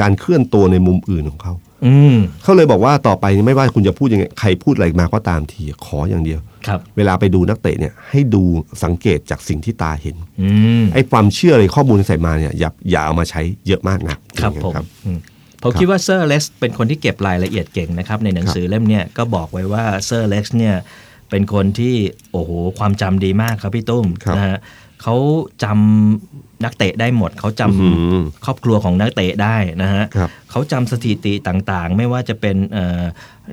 Speaker 5: การเคลื่อนตัวในมุมอื่นของเขา
Speaker 4: อืม
Speaker 5: เขาเลยบอกว่าต่อไปไม่ว่าคุณจะพูดยังไงใครพูดอะไรมาก็ตามทีขออย่างเดียว
Speaker 4: ครับ
Speaker 5: เวลาไปดูนักเตะเนี่ยให้ดูสังเกตจากสิ่งที่ตาเห็น
Speaker 4: อืม
Speaker 5: ไอ้ความเชื่อเลยข้อมูลที่ใส่มาเนี่ยอย่าอย่าเอามาใช้เยอะมากนัก
Speaker 4: ครับ
Speaker 5: อย่าง
Speaker 4: ผ
Speaker 5: เงี้
Speaker 4: ม
Speaker 5: ย
Speaker 4: อืมผมคิดว่าเซอร์เลสเป็นคนที่เก็บรายละเอียดเก่งนะครับ ในหนังสือเล่มเนี้ยก็บอกไว้ว่าเซอร์เลสเนี่ยเป็นคนที่โอ้โหความจำดีมากครับพี่ตุ้ม
Speaker 5: ครับ
Speaker 4: นะฮะเขาจำนักเตะได้หมด เขาจำ
Speaker 5: อื้อหือ
Speaker 4: ครอบครัวของนักเตะได้นะฮะ
Speaker 5: ครับ
Speaker 4: เขาจำสถิติต่างๆ ไม่ว่าจะเป็นเอ่อ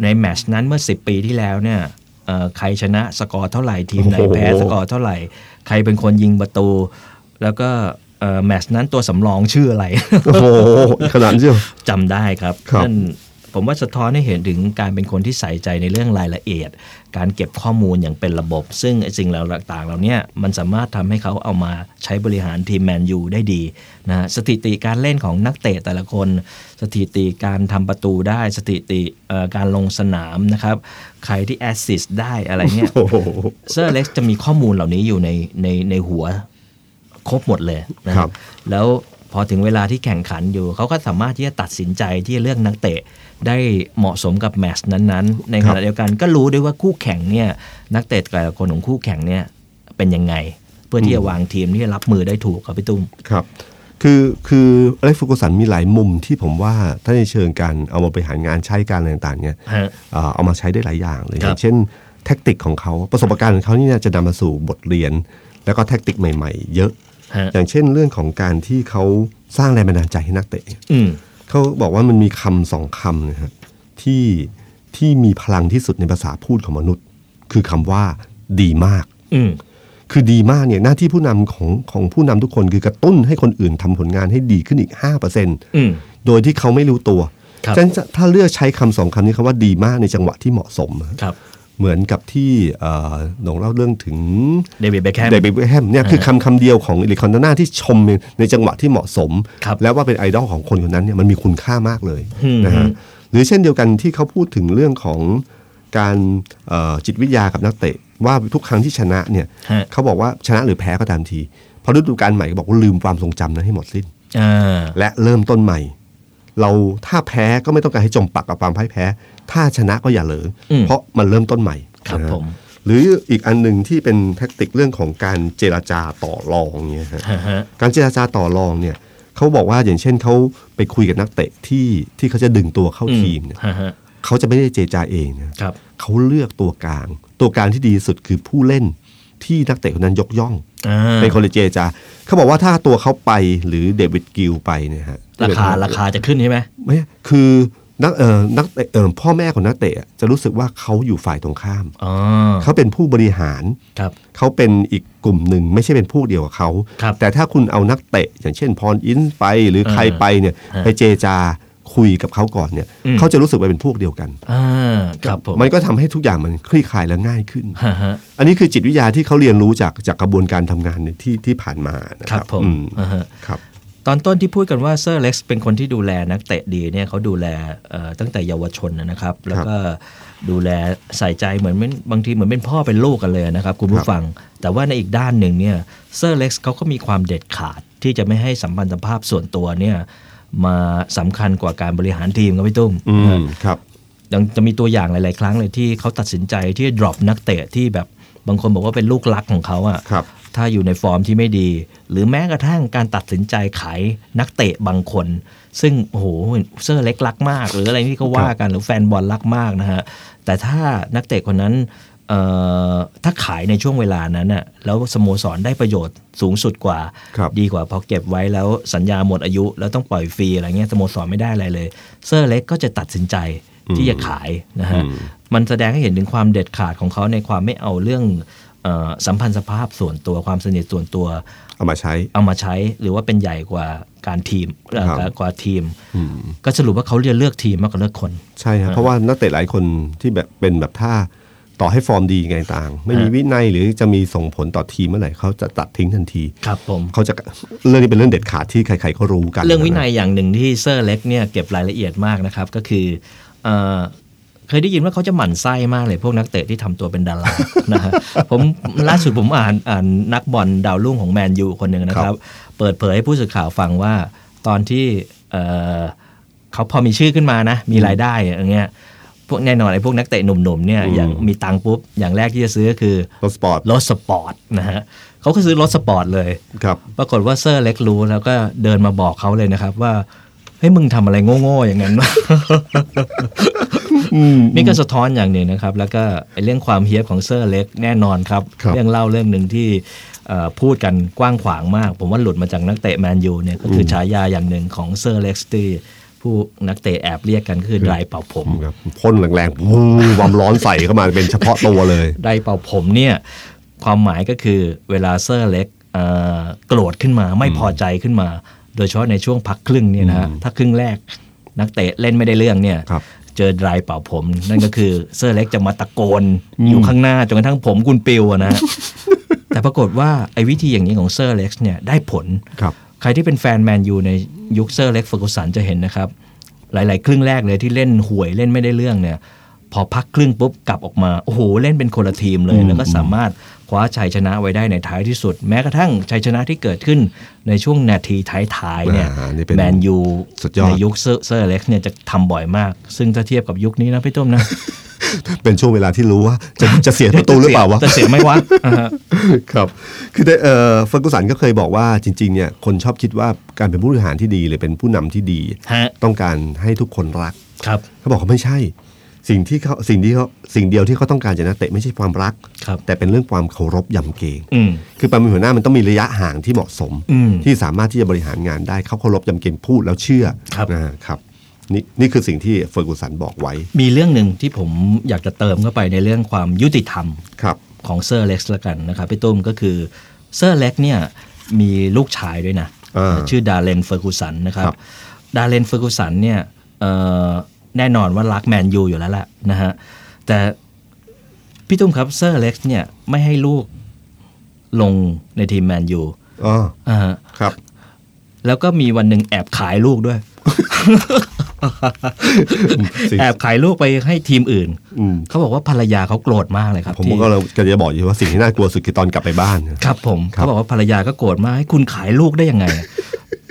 Speaker 4: ในแมตชนั้นเมื่อ 10 ปีที่แล้วเนี่ยเอ่อใครชนะสกอร์เท่าไหร่ทีมไหนแพ้สกอร์เท่าไหร่ ใครเป็นคนยิงประตู แล้วก็เอ่อแมตชนั้นตัวสำรองชื่ออะไร
Speaker 5: โอ้โหขนาดเชียว
Speaker 4: จำได้ครับ
Speaker 5: ครับ
Speaker 4: นั่นผมว่าสะท้อนให้เห็นถึงการเป็นคนที่ใส่ใจในเรื่องรายละเอียด การเก็บข้อมูลอย่างเป็นระบบ ซึ่งไอ้สิ่งเหล่าต่างๆเหล่าเนี้มันสามารถทำให้เขาเอามาใช้บริหารทีมแมนยูได้ดีนะฮะสถิติการเล่นของนักเตะแต่ละคน สถิติการทำประตูได้สถิติเอ่อการลงสนามนะครับ ใครที่แอสซิสต์ได้อะไรเนี่ย
Speaker 5: โอ้โห
Speaker 4: เซอร์เล็กซ์จะมีข้อมูลเหล่านี้อยู่ในในในหัว ครบหมดเลยนะค
Speaker 5: ครั
Speaker 4: รั
Speaker 5: บบ
Speaker 4: แล้วพอถึงเวลาที่แข่งขันอยู่ เขาก็สามารถที่จะตัดสินใจที่จะเลือกนักเตะ ได้เหมาะสมกับแมตช์นั้นๆ ในข
Speaker 5: ครั
Speaker 4: ณะ
Speaker 5: บ
Speaker 4: เดียวกันก็รู้ด้วยว่าคู่แข่งเนี่ยนักเตะแต่ละคนของคู่แข่งเนี่ยเป็นยังไง เพื่อที่จะวางทีมที่จะรับมือได้ถูกครับพี่ตุ้ม
Speaker 5: ครับ คือ คืออเล็กซ์ฟูกุสันมีหลายมุมที่ผมว่า ถ้าในเชิงการเอามาบริหารงานใช้การอะไรต่างๆเนี่ย
Speaker 4: ฮะ
Speaker 5: เอ่อเอามาใช้ได้หลายอย่างเล
Speaker 4: ค
Speaker 5: ย
Speaker 4: รับ
Speaker 5: อย่างเช่นแท็กติกของเขาประสบการณ์ของเขานี่เนี่ยจะนำมาสู่บทเรียน แล้วก็แท็กติกใหม่ๆ เยอะ
Speaker 4: ฮะ
Speaker 5: อย่างเช่นเรื่องของการที่เขาสร้างแรงบันดาลใจให้นักเตะ
Speaker 4: อืม
Speaker 5: เขาบอกว่ามันมีคำสองคำนะครับที่ที่มีพลังที่สุดในภาษาพูดของมนุษย์ คือคำว่าดีมาก
Speaker 4: อืม
Speaker 5: คือดีมากเนี่ยหน้าที่ผู้นำของของผู้นำทุกคนคือกระตุ้นให้คนอื่นทำผลงานให้ดีขึ้นอีก 5%
Speaker 4: อืม
Speaker 5: โดยที่เขาไม่รู้ตัว
Speaker 4: ครับ
Speaker 5: ฉะนั้นถ้าเลือกใช้คำสองคำนี้คำว่าดีมากในจังหวะที่เหมาะสม
Speaker 4: ครับ
Speaker 5: เหมือนกับที่เอ่อหนงเล่าเรื่องถึง
Speaker 4: เดวิดเบคแฮม
Speaker 5: เดวิดเบคแฮมเนี่ยคือคำคำเดียวของอิลิคอนตาน่าที่ชมในจังหวะที่เหมาะสม
Speaker 4: ครับ
Speaker 5: แล้วว่าเป็นไอดอลของคนคนนั้นเนี่ยมันมีคุณค่ามากเลย
Speaker 4: อืม
Speaker 5: นะฮะหรือเช่นเดียวกันที่เขาพูดถึงเรื่องของการเอ่อจิตวิทยากับนักเตะ ว่าทุกครั้งที่ชนะเนี่ย
Speaker 4: ฮะ
Speaker 5: เขาบอกว่าชนะหรือแพ้ก็ตามที พอฤดูกาลใหม่ก็บอกว่าลืมความทรงจำนั้นให้หมดสิ้น
Speaker 4: อ่า
Speaker 5: และเริ่มต้นใหม่ เราถ้าแพ้ก็ไม่ต้องการให้จมปักกับความพ่ายแพ้ ถ้าชนะก็อย่าเหลออเพราะมันเริ่มต้นใหม่
Speaker 4: ครับ
Speaker 5: นะฮะ
Speaker 4: ผม
Speaker 5: หรืออีกอันหนึ่งที่เป็นแท็กติกเรื่องของการเจราจาต่อรองเนี่ยฮะ
Speaker 4: ฮะฮะ
Speaker 5: การเจราจาต่อรองเนี่ย เขาบอกว่าอย่างเช่นเขาไปคุยกับนักเตะที่ที่เขาจะดึงตัวเข้าทีมเนี่ย
Speaker 4: ฮะฮะ
Speaker 5: เขาจะไม่ได้เจรจาเองนะ
Speaker 4: ครับ
Speaker 5: เขาเลือกตัวกลาง ตัวกลางที่ดีที่สุดคือผู้เล่นที่นักเตะคนนั้นยกย่อง
Speaker 4: อ่า
Speaker 5: เป็นคนเจรจาเขาบอกว่าถ้าตัวเขาไปหรือเดวิดกิลไปเนี่ยฮะ
Speaker 4: ราคาราคาจะขึ้นใช่ไหม
Speaker 5: ไม่คือนักเอ่อนักเตะเอ่อพ่อแม่ของนักเตะจะรู้สึกว่าเขาอยู่ฝ่ายตรงข้าม
Speaker 4: อ๋อ
Speaker 5: เขาเป็นผู้บริหาร
Speaker 4: ครับ
Speaker 5: เขาเป็นอีกกลุ่มหนึ่งไม่ใช่เป็นพวกเดียวกับเขา
Speaker 4: ครับ
Speaker 5: แต่ถ้าคุณเอานักเตะ อย่างเช่นพรอินซ์ไปหรือใครไปเนี่ย
Speaker 4: อ่า
Speaker 5: ไปเจรจาคุยกับเขาก่อนเนี่ย
Speaker 4: อืม
Speaker 5: เขาจะรู้สึกว่าเป็นพวกเดียวกัน
Speaker 4: อ่า ครับผม
Speaker 5: มันก็ทำให้ทุกอย่างมันคลี่คลายและง่ายขึ้น
Speaker 4: ฮะฮะ
Speaker 5: อันนี้คือจิตวิทยาที่เขาเรียนรู้จากจากกระบวนการทำงานในที่ที่ผ่านมานะค
Speaker 4: ครั
Speaker 5: รั
Speaker 4: บบ ผม
Speaker 5: อืม
Speaker 4: อ่าฮะ
Speaker 5: ครับ
Speaker 4: ตอนต้นที่พูดกันว่าเซอร์เล็กซ์เป็นคนที่ดูแลนักเตะดีเนี่ยเขาดูแลเอ่อตั้งแต่เยาวชนนะนะครับ แล้วก็ดูแลใส่ใจเหมือนเป็นบางทีเหมือนเป็นพ่อเป็นลูกกันเลยนะครับคุณผู้ฟัง แต่ว่าในอีกด้านหนึ่งเนี่ยเซอร์เล็กซ์เขาก็มีความเด็ดขาดที่จะไม่ให้สัมพันธภาพส่วนตัวเนี่ยมาสำคัญกว่าการบริหารทีมครับพี่ตุ้ม
Speaker 5: อืมครับ
Speaker 4: ยังจะมีตัวอย่างหลาย ๆ ครั้งเลยที่เขาตัดสินใจที่จะ drop นักเตะที่แบบบางคนบอกว่าเป็นลูกรักของเขาอะ
Speaker 5: ครับ
Speaker 4: ถ้าอยู่ในฟอร์มที่ไม่ดี หรือแม้กระทั่งการตัดสินใจขายนักเตะบางคน ซึ่งโอ้โหเซอร์เล็กรักมาก หรืออะไรที่เขาว่ากันหรือแฟนบอลรักมากนะฮะแต่ถ้านักเตะคนนั้นเอ่อถ้าขายในช่วงเวลานั้นน่ะแล้วสโมสรได้ประโยชน์สูงสุดกว่า
Speaker 5: ครับ
Speaker 4: ดีกว่าพอเก็บไว้แล้วสัญญาหมดอายุแล้วต้องปล่อยฟรีอะไรเงี้ยสโมสรไม่ได้อะไรเลย เซอร์เล็กก็จะตัดสินใจที่จะขายนะฮะมันแสดงให้เห็นถึงความเด็ดขาดของเขาในความไม่เอาเรื่องเออสัมพันธภาพส่วนตัวความสนิทส่วนตัว
Speaker 5: เอามาใช้
Speaker 4: เอามาใช้หรือว่าเป็นใหญ่กว่าการทีมเอ่อ
Speaker 5: ครับ
Speaker 4: กว่าทีม ก็สรุปว่าเขาเลือกเลือกทีมมากกว่าเลือกคน
Speaker 5: ใช่ครับเพราะว่านักเตะหลายคนที่แบบเป็นแบบท่าต่อให้ฟอร์มดีไงต่าง ไม่มีวินัยหรือจะมีส่งผลต่อทีมเมื่อไหร่เขาจะตัดทิ้งทันที
Speaker 4: ครับผม
Speaker 5: เขาจะเรื่องนี้เป็นเรื่องเด็ดขาดที่ใครๆก็รู้กัน
Speaker 4: เรื่องวินัยอย่างหนึ่งที่เซอร์เล็กเนี่ยเก็บรายละเอียดมากนะครับ ก็คือเอ่อเคยได้ยินว่าเขาจะหมั่นไส้มากเลยพวกนักเตะที่ทำตัวเป็นดารา นะฮะผมล่าสุดผมอ่านอ่านนักบอลดาวรุ่งของแมนยูคนหนึ่งนะครับ เปิดเผยให้ผู้สื่อข่าวฟังว่าตอนที่เอ่อเขาพอมีชื่อขึ้นมานะ มีรายได้อย่างเงี้ยพวกแน่นอนไอ้พวกนักเตะหนุ่มๆเนี่ยอย่างมีตังค์ปุ๊บอย่างแรกที่จะซื้อก็คือ
Speaker 5: รถสปอร์ต
Speaker 4: รถสปอร์ตนะฮะเขาก็ซื้อรถสปอร์ตเลย
Speaker 5: ครับ
Speaker 4: ปรากฏว่าเซอร์เล็กรู้แล้วก็เดินมาบอกเขาเลยนะครับว่าเฮ้ยมึงทำอะไรโง่ๆอย่างนั้นวะ นี่ก็สะท้อนอย่างหนึ่งนะครับ แล้วก็ไอ้เรื่องความเฮี้ยบของเซอร์เล็กแน่นอนครับ
Speaker 5: ครับ
Speaker 4: เรื่องเล่าเรื่องหนึ่งที่เอ่อพูดกันกว้างขวางมาก ผมว่าหลุดมาจากนักเตะแมนยูเนี่ยก็คือฉายาอย่างหนึ่งของเซอร์เล็กที่ผู้นักเตะแอบเรียกกันก็คือไดร์เป่าผม
Speaker 5: ครับพ่นแรงๆวูบความร้อนใส่เข้ามาเป็นเฉพาะตัวเลย
Speaker 4: ไดร์เป่าผมเนี่ยความหมายก็คือเวลาเซอร์เล็กเอ่อโกรธขึ้นมาไม่พอใจขึ้นมา โดยเฉพาะในช่วงพักครึ่งเนี่ยนะฮะถ้าครึ่งแรกนักเตะเล่นไม่ได้เรื่องเนี่ย
Speaker 5: ครับ
Speaker 4: เจอไดร์เป่าผม นั่นก็คือเซอร์เล็กจะมาตะโกนอยู่ข้างหน้าจนกระทั่งผมคุณปิวอะนะ แต่ปรากฏว่าไอ้วิธีอย่างนี้ของเซอร์เล็กเนี่ยได้ผล
Speaker 5: ครับ
Speaker 4: ใครที่เป็นแฟนแมนยูในยุคเซอร์เล็กเฟอร์กูสันจะเห็นนะครับ หลาย ๆ ครึ่งแรกเลยที่เล่นห่วยเล่นไม่ได้เรื่องเนี่ย พอพักครึ่งปุ๊บกลับออกมา โอ้โห เล่นเป็นคนละทีมเลย แล้วก็สามารถคว้าชัยชนะไว้ได้ในท้ายที่สุด แม้กระทั่งชัยชนะที่เกิดขึ้นในช่วงนาทีท้าย ๆ เนี่ย
Speaker 5: อ่านี่เป็น
Speaker 4: แมนยู
Speaker 5: สุดยอด
Speaker 4: ในยุคเซอร์เซอร์เล็กเนี่ยจะทำบ่อยมาก ซึ่งถ้าเทียบกับยุคนี้นะพี่ต้มนะ
Speaker 5: เป็นช่วงเวลาที่รู้ว่าจะจะเสียประตูหรือเปล่าวะ
Speaker 4: จะเสียไหม่วะอ่าฮะ
Speaker 5: ครับ คือแต่เอ่อเฟอร์กูสันก็เคยบอกว่าจริงๆเนี่ยคนชอบคิดว่าการเป็นผู้บริหารที่ดีหรือเป็นผู้นำที่ดี
Speaker 4: ฮะ
Speaker 5: ต้องการให้ทุกคนรัก
Speaker 4: ครับ
Speaker 5: เขาบอกเขาไม่ใช่ สิ่งที่เขาสิ่งที่เขาสิ่งเดียวที่เขาต้องการจากนักเตะไม่ใช่ความรัก
Speaker 4: ครับ
Speaker 5: แต่เป็นเรื่องความเคารพยำเกรง
Speaker 4: อืม
Speaker 5: คือการเป็นหัวหน้ามันต้องมีระยะห่างที่เหมาะสม
Speaker 4: อืม
Speaker 5: ที่สามารถที่จะบริหารงานได้เขาเคารพยำเกรงพูดแล้วเชื่อ
Speaker 4: ครับ
Speaker 5: นะครับนี่นี่คือสิ่งที่เฟอร์กูสันบอกไว้
Speaker 4: มีเรื่องหนึ่งที่ผมอยากจะเติมเข้าไปในเรื่องความยุติธรรม
Speaker 5: ครับ
Speaker 4: ของเซอร์เล็กซ์ละกันนะครับพี่ตุ้มก็คือเซอร์เล็กซ์เนี่ยมีลูกชายด้วยนะ
Speaker 5: อ่า
Speaker 4: ชื่อดาเลนเฟอร์กูสันนะครับ
Speaker 5: ครับ
Speaker 4: ดาเลนเฟอร์กูสันเนี่ยเอ่อแน่นอนว่ารักแมนยูอยู่แล้วแหละนะฮะแต่พี่ตุ้มครับเซอร์เล็กซ์เนี่ยไม่ให้ลูกลงในทีมแมนยู
Speaker 5: อ๋อ
Speaker 4: อ่าฮะ
Speaker 5: ครับ
Speaker 4: แล้วก็มีวันหนึ่งแอบขายลูกด้วย
Speaker 5: สิ่ง
Speaker 4: แอบขายลูกไปให้ทีมอื่น
Speaker 5: อืม
Speaker 4: เขาบอกว่าภรรยาเขาโกรธมากเลยครับ
Speaker 5: ผม
Speaker 4: ที่
Speaker 5: ก็เลยกำลังจะบอกอยู่ว่าสิ่งที่น่ากลัวสุดคือตอนกลับไปบ้าน
Speaker 4: ครับผม
Speaker 5: ครับ
Speaker 4: เขาบอกว่าภรรยาก็โกรธมากให้คุณขายลูกได้ยังไง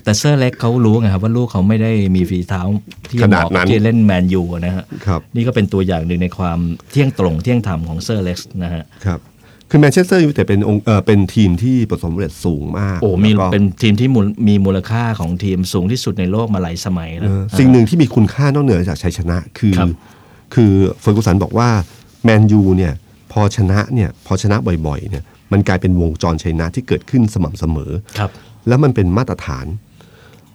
Speaker 4: แต่เซอร์เล็กเขารู้ไงครับว่าลูกเขาไม่ได้มีฝีเท้าที่
Speaker 5: ขนาด
Speaker 4: เหมะ
Speaker 5: นั้น
Speaker 4: ที่จะเล่นแมนยูนะฮะ
Speaker 5: ครับ
Speaker 4: นี่ก็เป็นตัวอย่างหนึ่งในความเที่ยงตรงเที่ยงธรรมของเซอร์เล็กนะฮะ
Speaker 5: ครับ คือแมนเชสเตอร์ยูไนเต็ดเป็นองค์เอ่อเป็นทีมที่ประสบความสำเร็จสูงมาก
Speaker 4: โอ้มี
Speaker 5: แล้วก็
Speaker 4: เป็นทีมที่มูลมีมูลค่าของทีมสูงที่สุดในโลกมาหลายสมัยแล้
Speaker 5: เอ่
Speaker 4: ว
Speaker 5: อสิ่งหนึ่งที่มีคุณค่านอกเหนือจากชัยชนะคือ
Speaker 4: ครับ
Speaker 5: คือเฟอร์กูสันบอกว่าแมนยูเนี่ยพอชนะเนี่ยพอชนะบ่อยๆเนี่ยมันกลายเป็นวงจรชัยนะที่เกิดขึ้นสม่ำเสมอ
Speaker 4: ครับ
Speaker 5: แล้วมันเป็นมาตรฐาน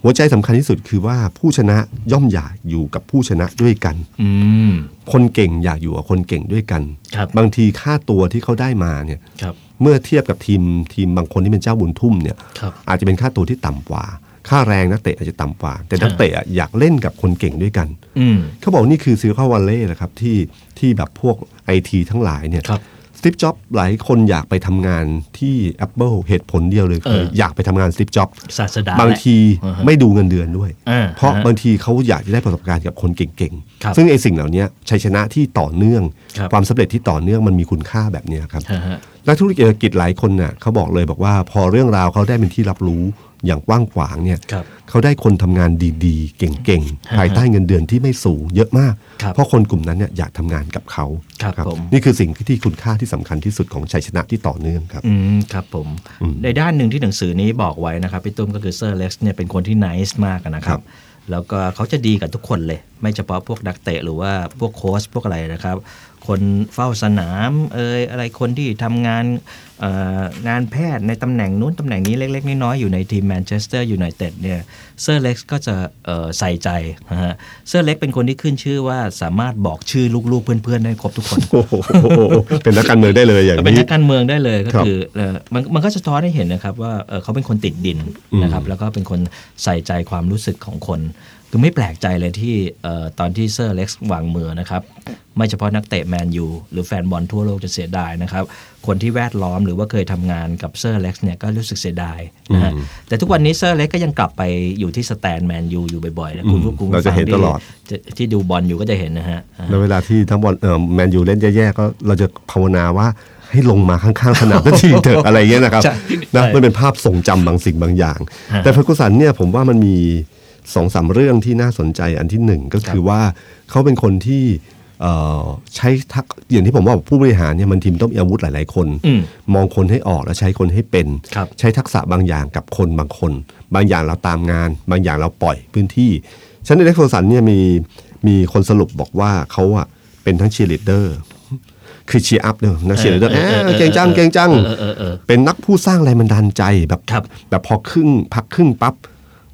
Speaker 5: หัวใจสำคัญที่สุดคือว่าผู้ชนะย่อมอยากอยู่กับผู้ชนะด้วยกัน
Speaker 4: อืม
Speaker 5: คนเก่งอยากอยู่กับคนเก่งด้วยกัน
Speaker 4: ครับ
Speaker 5: งทีค่าตัวที่เขาได้มาเนี่ย
Speaker 4: ครับ
Speaker 5: เมื่อเทียบกับทีมทีมบางคนที่เป็นเจ้าบุญทุ่มเนี่ย
Speaker 4: ครับ
Speaker 5: อาจจะเป็นค่าตัวที่ต่ำกว่า ค่าแรงนักเตะอาจจะต่ำกว่า แต่นักเตะอะอยากเล่นกับคนเก่งด้วยกัน
Speaker 4: อืม
Speaker 5: เขาบอกนี่คือซิลิคอนวัลเลย์นะครับที่ที่แบบพวกไอทีทั้งหลายเนี่ย
Speaker 4: ครับ
Speaker 5: สติปจ็อบหลายคนอยากไปทำงานที่ Apple เหตุผลเดียวเลยคือ
Speaker 4: เออ
Speaker 5: อ
Speaker 4: อ
Speaker 5: ยากไปทำงานสติปจ็อบ
Speaker 4: ศาสดา
Speaker 5: บาง
Speaker 4: แหละ
Speaker 5: ทีไม่ดูเงินเดือนด้วย
Speaker 4: อ่า
Speaker 5: เพราะ
Speaker 4: ฮะ
Speaker 5: บางทีเขาอยากจะได้ประสบการณ์กับคนเก่ง
Speaker 4: ครับ
Speaker 5: ๆ ซึ่งไอ้สิ่งเหล่านี้ชัยชนะที่ต่อเนื่อง
Speaker 4: ครับ
Speaker 5: ความสำเร็จที่ต่อเนื่องมันมีคุณค่าแบบเนี้ยครับ
Speaker 4: ฮะฮะ
Speaker 5: นักธุรกิจหลายคนน่ะเขาบอกเลยบอกว่าพอเรื่องราวเขาได้เป็นที่รับรู้อย่างกว้างขวางเนี่ย
Speaker 4: ครับ
Speaker 5: เขาได้คนทำงานดีๆ เก่งๆ ภายใต้เงินเดือนที่ไม่สูงเยอะมาก
Speaker 4: ครับ
Speaker 5: เพราะคนกลุ่มนั้นเนี่ยอยากทำงานกับเขา
Speaker 4: ครับผม
Speaker 5: นี่คือสิ่งที่คุณค่าที่สำคัญที่สุดของชัยชนะที่ต่อเนื่องครับ
Speaker 4: อืมครับผม ในด้านหนึ่งที่หนังสือนี้บอกไว้นะครับพี่ตุ้มก็คือเซอร์เล็กซ์เนี่ยเป็นคนที่นิสมากอะนะค
Speaker 5: ครั
Speaker 4: รับ
Speaker 5: บ
Speaker 4: แล้วก็เขาจะดีกับทุกคนเลย ไม่เฉพาะพวกนักเตะหรือว่าพวกโค้ชพวกอะไรนะครับ คนเฝ้าสนามเอยอะไรคนที่ทำงานเอ่องานแพทย์ในตำแหน่งนู้นตำแหน่งนี้เล็ก ๆ น้อยๆอยู่ในทีมแมนเชสเตอร์ยูไนเต็ดเนี่ยเซอร์เล็กซ์ก็จะเอ่อใส่ใจนะฮะเซอร์เล็กซ์เป็นคนที่ขึ้นชื่อว่าสามารถบอกชื่อลูกๆ เพื่อนๆได้ครบทุกคน
Speaker 5: โอ้โหเป็นนักการเมืองได้เลยอย่าง
Speaker 4: ก็
Speaker 5: นี้
Speaker 4: เป็นนักการเมืองได้เลยก็
Speaker 5: ครับ
Speaker 4: คือเอ่อมันมันก็สะท้อนให้เห็นนะครับว่าเอ่อเขาเป็นคนติดดินนะครับแล้วก็เป็นคนใส่ใจความรู้สึกของคน คือไม่แปลกใจเลยที่เอ่อตอนที่เซอร์เล็กซ์วางมือนะครับ ไม่เฉพาะนักเตะแมนยูหรือแฟนบอลทั่วโลกจะเสียดายนะครับ คนที่แวดล้อมหรือว่าเคยทำงานกับเซอร์เล็กซ์เนี่ยก็รู้สึกเสียดายนะฮะแต่ทุกวันนี้เซอร์เล็กซ์ก็ยังกลับไปอยู่ที่สแตนแมนยูอยู่บ่อยๆนะคุณ
Speaker 5: อืม
Speaker 4: ผู้คุณ
Speaker 5: เราจะเห็น
Speaker 4: ฟัง
Speaker 5: ตลอด
Speaker 4: ที่ที่ดูบอลอยู่ก็จะเห็นนะฮะ
Speaker 5: แล้วเวลาที่ทั้งบอลเอ่อแมนยูเล่นแย่ๆก็เราจะภาวนาว่าให้ลงมาข้างๆสนามสักทีเถอะอะไรอย่างเงี้ยนะครับ
Speaker 4: ใช่
Speaker 5: นะ
Speaker 4: ใช่
Speaker 5: มันเป็นภาพทรงจำบางสิ่งบางอย่าง แต่เฟอร์กูสันเนี่ยผมว่ามันมีสองสามเรื่องที่น่าสนใจอันที่หนึ่งก็คือว่าเขาเป็นคนที่เอ่อใช้ทักอย่างที่ผมว่าผู้บริหารเนี่ยมันทีมต้องมีอาวุธหลายๆคน
Speaker 4: อืม
Speaker 5: มองคนให้ออกแล้วใช้คนให้เป็น
Speaker 4: ครับ
Speaker 5: ใช้ทักษะบางอย่างกับคนบางคน บางอย่างเราตามงาน บางอย่างเราปล่อยพื้นที่ฉะนันเอเล็กโซสันเนี่ยมีมีคนสรุปบอกว่าเขาอะเป็นทั้งเชียร์ลีดเดอร์ คือเชียร์อัพเนี่ยนักเชียร์ลีดเดอร์
Speaker 4: เออเออเออ
Speaker 5: เก่งจังเก่งจัง
Speaker 4: เออเออเออ
Speaker 5: เป็นนักผู้สร้างแรงบันดาลใจแบบ
Speaker 4: ครับ
Speaker 5: แบบพอครึ่งพักครึ่งปั๊บ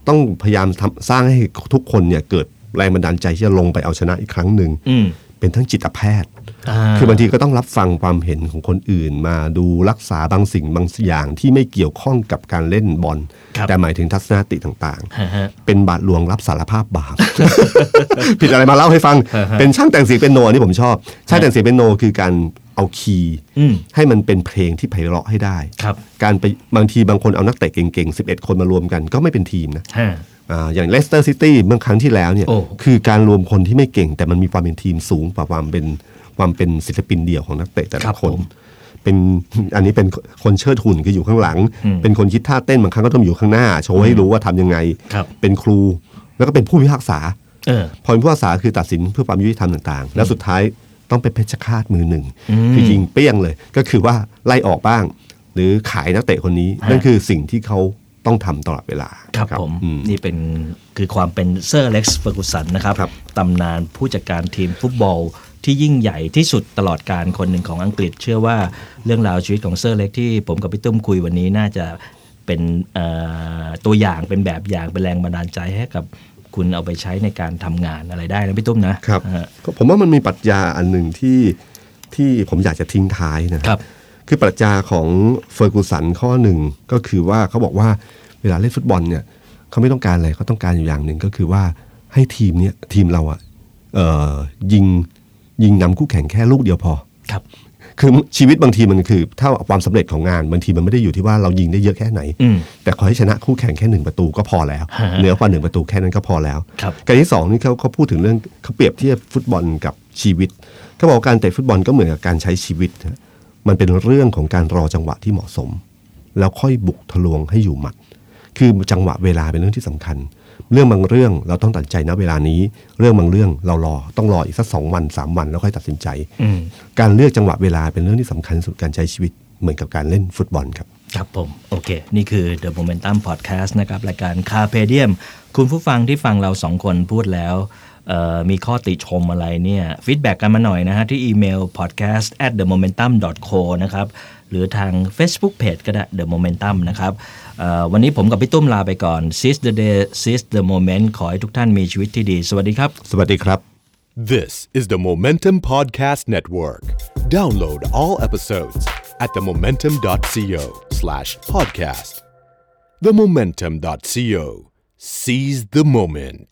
Speaker 5: ต้องพยายามทำสร้างให้ทุกคนเนี่ยเกิดแรงบันดาลใจที่จะลงไปเอาชนะอีกครั้งหนึ่ง
Speaker 4: อืม
Speaker 5: เป็นทั้งจิตแพทย์
Speaker 4: อ่
Speaker 5: คือบางทีก็ต้องรับฟังความเห็นของคนอื่นมาดูรักษาบางสิ่งบางอย่างที่ไม่เกี่ยวข้องกับการเล่นบอล
Speaker 4: ครับ
Speaker 5: แต่หมายถึงทัศนคติต่าง
Speaker 4: ฮะฮะ
Speaker 5: เป็นบาทหลวงรับสารภาพบาป ผิดอะไรมาเล่าให้ ฟัง
Speaker 4: ฮะฮะ
Speaker 5: เป็นช่างแต่งเสียงเป็นโนอันนี่ผมชอบ ช่างแต่งเสียงเป็นโนคือการเอาคีย์
Speaker 4: อืม
Speaker 5: ให้มันเป็นเพลงที่ไพเราะให้ได้
Speaker 4: ครับ
Speaker 5: การไปบางทีบางคนเอานักเตะเก่งๆ 11 คนมารวมกันก็ไม่เป็นทีมนะ
Speaker 4: ฮะ
Speaker 5: อ่าอย่างเลสเตอร์ซิตี้เมื่อครั้งที่แล้วเนี่ย
Speaker 4: โอ้
Speaker 5: คือการรวมคนที่ไม่เก่ง แต่มันมีความเป็นทีมสูงกว่าความเป็นความเป็นศิลปินเดี่ยวของนักเตะแต่
Speaker 4: ครั
Speaker 5: ละ
Speaker 4: บ
Speaker 5: คน
Speaker 4: ผม
Speaker 5: เป็น อันนี้เป็นคนเชิดหุ่นคืออยู่ข้างหลัง เป็นคนคิดท่าเต้นบางครั้งก็ต้องอยู่ข้างหน้า โชว์ให้รู้ว่าทำยังไง
Speaker 4: ครับ
Speaker 5: เป็นครูแล้วก็เป็นผู้พิพากษา
Speaker 4: เออ
Speaker 5: พอเป็นผู้พิพากษาคือตัดสินเพื่อความยุติธรรมต่างๆ แล้วสุดท้ายต้องเป็นเพชฌฆาตมือหนึ่ง คือยิงเปี้ยงเลย ก็คือว่าไล่ออกบ้าง หรือขายนักเตะคนนี้ นั่นคือสิ่งที่เขาต้องทำตลอดเวลา
Speaker 4: ครับผม
Speaker 5: อื
Speaker 4: นี่เป็นคือความเป็นเซอร์เล็กซ์เฟอร์กูสันนะครับ
Speaker 5: ครับ
Speaker 4: ตำนานผู้จัดการทีมฟุตบอลที่ยิ่งใหญ่ที่สุดตลอดการคนหนึ่งของอังกฤษ เชื่อว่าเรื่องราวชีวิตของเซอร์เล็กซ์ที่ผมกับพี่ตุ้มคุยวันนี้น่าจะเป็นเอ่อตัวอย่างเป็นแบบอย่างเป็นแรงบันดาลใจให้กับคุณเอาไปใช้ในการทำงานอะไรได้นะพี่ตุ้มนะครับ ฮะ
Speaker 5: ก็ผมว่ามันมีปรัชญาอันหนึ่งที่ที่ผมอยากจะทิ้งท้ายนะครับ คือปรัชญาของเฟอร์กูสันข้อหนึ่งก็คือว่าเขาบอกว่าเวลาเล่นฟุตบอลเนี่ยเขาไม่ต้องการอะไรเขาต้องการอยู่อย่างหนึ่งก็คือว่าให้ทีมเนี่ยทีมเราอะเอ่อยิงยิงนำคู่แข่งแค่ลูกเดียวพอ
Speaker 4: ครับ
Speaker 5: คือชีวิตบางทีมันคือถ้าความสำเร็จของงานบางทีมันไม่ได้อยู่ที่ว่าเรายิงได้เยอะแค่ไหน
Speaker 4: อืม
Speaker 5: แต่ขอให้ชนะคู่แข่งแค่หนึ่งประตูก็พอแล้ว
Speaker 4: ฮะ
Speaker 5: เหนือกว่าหนึ่งประตูแค่นั้นก็พอแล้ว
Speaker 4: ครับ
Speaker 5: การที่สองนี่เขาเขาพูดถึงเรื่องเขาเปรียบเทียบฟุตบอลกับชีวิตเขาบอกว่าการเตะฟุตบอลก็เหมือนกับการใช้ชีวิตนะมันเป็นเรื่องของการรอจังหวะที่เหมาะสม แล้วค่อยบุกทะลวงให้อยู่หมัด คือจังหวะเวลาเป็นเรื่องที่สำคัญ เรื่องบางเรื่องเราต้องตัดสินใจณเวลานี้ เรื่องบางเรื่องเรารอต้องรออีกสักสองวันสามวันแล้วค่อยตัดสินใจ
Speaker 4: อืม
Speaker 5: การเลือกจังหวะเวลาเป็นเรื่องที่สำคัญที่สุดการใช้ชีวิต เหมือนกับการเล่นฟุตบอลครับ
Speaker 4: ครับผม โอเค นี่คือ The Momentum Podcast นะครับ รายการคาเพเดียม คุณผู้ฟังที่ฟังเราสองคนพูดแล้วเอ่อมีข้อติชมอะไรเนี่ยฟีดแบ็กกันมาหน่อยนะฮะ ที่อีเมล podcast at the momentum co นะครับ หรือทาง Facebook Page ก็ได้ The Momentum นะครับเอ่อวันนี้ผมกับพี่ตุ้มลาไปก่อน seize the day seize the moment ขอให้ทุกท่านมีชีวิตที่ดี สวัสดีครับ
Speaker 5: สวัสดีครับ
Speaker 1: This is the Momentum Podcast Network. Download all episodes at themomentum.co slash podcast. Themomentum.co. Seize the moment.